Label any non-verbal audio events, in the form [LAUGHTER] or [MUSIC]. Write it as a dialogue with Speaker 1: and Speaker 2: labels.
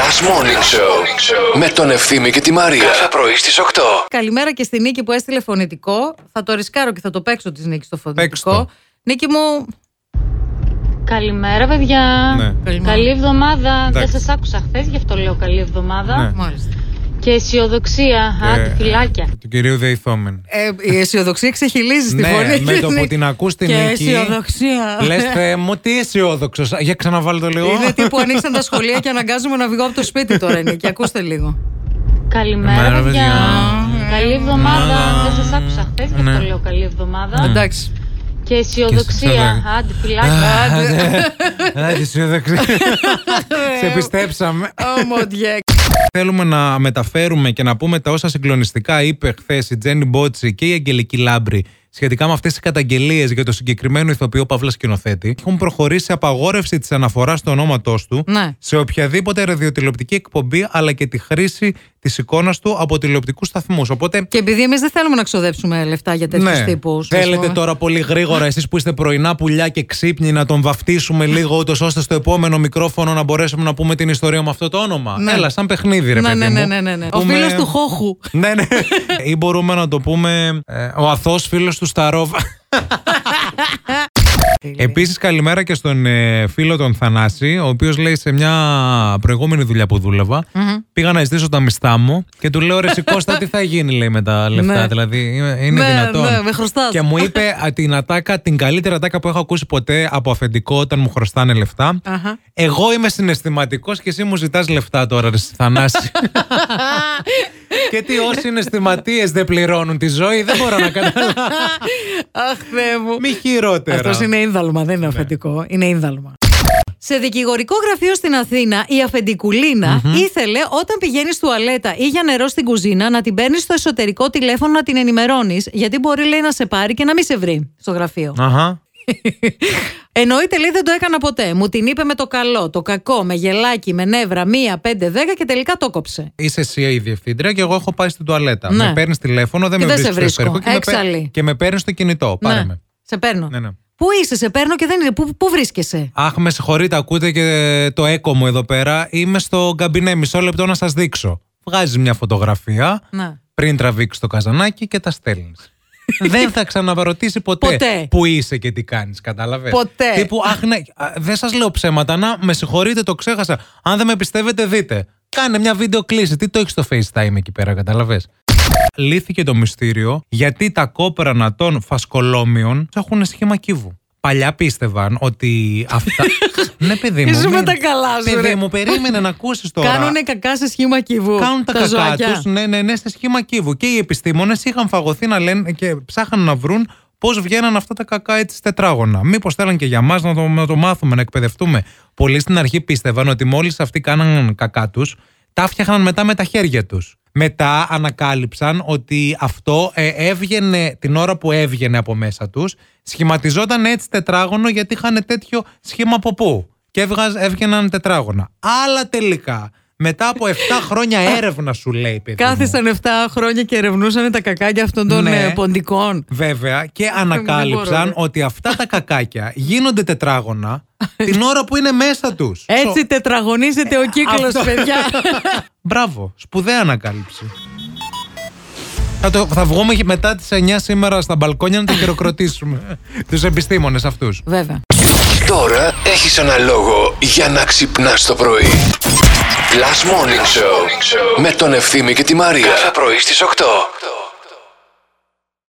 Speaker 1: Last Morning Show με τον Ευθύμη και τη Μαρία. Κάθε πρωί στις 8.
Speaker 2: Καλημέρα και στη Νίκη που έστειλε φωνητικό. Θα το ρισκάρω και θα το παίξω της Νίκης στο
Speaker 3: Παίξ'
Speaker 2: φωνητικό.
Speaker 3: το.
Speaker 2: Νίκη μου,
Speaker 4: Καλημέρα, παιδιά.
Speaker 3: Ναι.
Speaker 2: Καλημέρα.
Speaker 4: Καλή εβδομάδα.
Speaker 3: Εντάξει.
Speaker 4: Δεν σας άκουσα χθες, γι' αυτό λέω καλή εβδομάδα.
Speaker 3: Ναι.
Speaker 2: μάλιστα.
Speaker 4: Και αισιοδοξία.
Speaker 3: Ε,
Speaker 4: Άντε, φυλάκια.
Speaker 3: Του κυρίου Δεϊθόμεν.
Speaker 2: Ε, η αισιοδοξία ξεχυλίζει στη
Speaker 3: Ναι,
Speaker 2: φωνή
Speaker 3: με
Speaker 2: της
Speaker 3: το που
Speaker 2: Νίκης.
Speaker 3: την ακούς την
Speaker 2: Και
Speaker 3: Νίκη.
Speaker 2: αισιοδοξία. [LAUGHS]
Speaker 3: Λες, Θεέ μου, τι αισιόδοξος. Για ξαναβάλω το λίγο.
Speaker 2: Είναι τι που ανοίξαν τα σχολεία και αναγκάζομαι να βγω από το σπίτι τώρα, Νίκη. Ακούστε λίγο.
Speaker 4: Καλημέρα,
Speaker 3: Καλημέρα,
Speaker 4: παιδιά.
Speaker 3: παιδιά.
Speaker 4: Καλή εβδομάδα.
Speaker 3: Ναι.
Speaker 4: Δεν σας άκουσα χθες, γι'
Speaker 3: Ναι.
Speaker 4: αυτό λέω καλή εβδομάδα.
Speaker 2: Εντάξει.
Speaker 4: Και αισιοδοξία.
Speaker 3: αισιοδοξία.
Speaker 4: Άντε, φυλάκια.
Speaker 2: [LAUGHS]
Speaker 3: Άντε, αισιόδοξη. Ε, Σε πιστέψαμε.
Speaker 2: Ωμοντιέ.
Speaker 3: Θέλουμε να μεταφέρουμε και να πούμε τα όσα συγκλονιστικά είπε χθες η Τζένι Μπότσι και η Αγγελική Λάμπρη σχετικά με αυτές τις καταγγελίες για το συγκεκριμένο ηθοποιό Παύλα Σκηνοθέτη. Έχουν προχωρήσει σε απαγόρευση της αναφοράς του ονόματός του
Speaker 2: Ναι.
Speaker 3: σε οποιαδήποτε ραδιοτηλεοπτική εκπομπή αλλά και τη χρήση της εικόνας του από τηλεοπτικούς σταθμούς. Οπότε.
Speaker 2: Και επειδή εμείς δεν θέλουμε να ξοδέψουμε λεφτά για τέτοιους τύπου.
Speaker 3: Ναι. Θέλετε τώρα πολύ γρήγορα εσείς που είστε πρωινά πουλιά και ξύπνοι να τον βαφτίσουμε λίγο, ούτως ώστε στο επόμενο μικρόφωνο να μπορέσουμε να πούμε την ιστορία με αυτό το όνομα.
Speaker 2: Ναι.
Speaker 3: Έλα, σαν παιχνίδι, ρε
Speaker 2: Ναι,
Speaker 3: παιδί
Speaker 2: ναι,
Speaker 3: μου.
Speaker 2: ναι, ναι, ναι, ναι. Ο
Speaker 3: Πούμε-
Speaker 2: φίλος του Χόχου.
Speaker 3: ναι,
Speaker 2: [LAUGHS]
Speaker 3: ναι. Ή μπορούμε να το πούμε ε, ο αθώο φίλος του Σταρόβ. Επίσης, καλημέρα και στον ε, φίλο τον Θανάση, ο οποίος λέει σε μια προηγούμενη δουλειά που δουλευα Πήγα να ζητήσω τα μισθά μου και του λέω: Ρε, εσύ, Κώστα, τι θα γίνει, λέει με τα λεφτά.
Speaker 2: Ναι.
Speaker 3: Δηλαδή, ε, είναι
Speaker 2: Ναι,
Speaker 3: δυνατόν.
Speaker 2: ναι, με χρωστάς.
Speaker 3: Και μου είπε α, την ατάκα, την καλύτερη ατάκα που έχω ακούσει ποτέ από αφεντικό όταν μου χρωστάνε λεφτά.
Speaker 2: Αχα.
Speaker 3: Εγώ είμαι συναισθηματικός και εσύ μου ζητάς λεφτά τώρα, ρε,
Speaker 2: [LAUGHS]
Speaker 3: Θανάση. Και τι όσοι είναι στιγματίες δεν πληρώνουν τη ζωή, δεν μπορώ να καταλάβω.
Speaker 2: Αχ, Θεέ μου.
Speaker 3: Μη χειρότερα.
Speaker 2: Αυτός είναι ίνδαλμα, δεν είναι αφεντικό. Είναι ίνδαλμα. Σε δικηγορικό γραφείο στην Αθήνα, η αφεντικουλινα ήθελε όταν πηγαίνεις τουαλέτα ή για νερό στην κουζίνα να την παίρνεις στο εσωτερικό τηλέφωνο να την ενημερώνεις, γιατί μπορεί λέει να σε πάρει και να μην σε βρει στο γραφείο.
Speaker 3: Αχα.
Speaker 2: [LAUGHS] Εννοείται λέει δεν το έκανα ποτέ. Μου την είπε με το καλό, το κακό, με γελάκι, με νεύρα, μία, πέντε, δέκα και τελικά το κόψε.
Speaker 3: Είσαι εσύ η διευθύντρια και εγώ έχω πάει στην τουαλέτα.
Speaker 2: Ναι.
Speaker 3: Με παίρνεις τηλέφωνο, δεν
Speaker 2: Και
Speaker 3: με
Speaker 2: δεν σε
Speaker 3: βρίσκει στο
Speaker 2: βρίσκω. Ναι.
Speaker 3: εσωτερικό και, με παίρ-
Speaker 2: Έξαλλη.
Speaker 3: και με παίρνεις στο κινητό. Πάρε με.
Speaker 2: Ε, σε παίρνω.
Speaker 3: Ναι, ναι.
Speaker 2: Πού είσαι, σε παίρνω και δεν είναι. Πού, πού βρίσκεσαι.
Speaker 3: Αχ, με συγχωρείτε, ακούτε και το έκο μου εδώ πέρα. Είμαι στο καμπινέ, μισό λεπτό να σας δείξω. Βγάζεις μια φωτογραφία
Speaker 2: Να.
Speaker 3: πριν τραβήξεις το καζανάκι και τα στέλνεις.
Speaker 2: [LAUGHS]
Speaker 3: δεν θα ξαναρωτήσει ποτέ,
Speaker 2: Ποτέ.
Speaker 3: που είσαι και τι κάνεις, κατάλαβες.
Speaker 2: Ποτέ.
Speaker 3: Τύπου, αχ, ναι, α, δεν σας λέω ψέματα, να με συγχωρείτε, το ξέχασα. Αν δεν με πιστεύετε, δείτε. Κάνε μια βίντεο κλίση. Τι το έχεις στο FaceTime εκεί πέρα, κατάλαβες. Λύθηκε το μυστήριο γιατί τα κόπρανα των φασκολόμιων έχουν σχήμα κύβου. Παλιά πίστευαν ότι αυτά.
Speaker 2: [LAUGHS]
Speaker 3: ναι, παιδί μου.
Speaker 2: Ζούμε
Speaker 3: μην-
Speaker 2: τα καλά σου, ρε.
Speaker 3: Παιδί μου, περίμενε να
Speaker 2: [LAUGHS]
Speaker 3: ακούσεις τώρα.
Speaker 2: Κάνουνε κακά σε σχήμα κυβού.
Speaker 3: Κάνουν τα, κακά
Speaker 2: ζωάκια.
Speaker 3: τους. Ναι, ναι, ναι, σε σχήμα κύβου. Και οι επιστήμονες είχαν φαγωθεί να λένε και ψάχναν να βρουν πώς βγαίναν αυτά τα κακά έτσι τετράγωνα. Μήπως θέλαν και για μας να, το- να το μάθουμε, να εκπαιδευτούμε. Πολλοί στην αρχή πίστευαν ότι μόλις αυτοί κάναν κακά τους, τα φτιάχναν μετά με τα χέρια τους. Μετά ανακάλυψαν ότι αυτό ε, έβγαινε την ώρα που έβγαινε από μέσα τους, σχηματιζόταν έτσι τετράγωνο γιατί είχαν τέτοιο σχήμα από πού. Και έβγαζ- έβγαιναν τετράγωνα. Αλλά τελικά, μετά από 7 χρόνια έρευνα, σου λέει, παιδί. μου.
Speaker 2: Κάθισαν 7 χρόνια και ερευνούσαν τα κακάκια αυτών των
Speaker 3: Ναι.
Speaker 2: ε, ποντικών.
Speaker 3: Βέβαια, και
Speaker 2: δεν μπορώ, ναι.
Speaker 3: ανακάλυψαν
Speaker 2: ρε.
Speaker 3: ότι αυτά τα κακάκια γίνονται τετράγωνα την ώρα που είναι μέσα τους.
Speaker 2: Έτσι τετραγωνίζεται ο κύκλος,
Speaker 3: αυτό.
Speaker 2: παιδιά.
Speaker 3: [LAUGHS] Μπράβο, σπουδαία ανακάλυψη. Θα, το, θα βγούμε και μετά τις 9 σήμερα στα μπαλκόνια να τα
Speaker 2: [LAUGHS]
Speaker 3: χειροκροτήσουμε. Τους επιστήμονες αυτούς.
Speaker 2: Βέβαια.
Speaker 1: Τώρα έχεις ένα λόγο για να ξυπνάς το πρωί. Last Morning Show με τον Ευθύμη και τη Μαρία. Κάθε πρωί στις 8.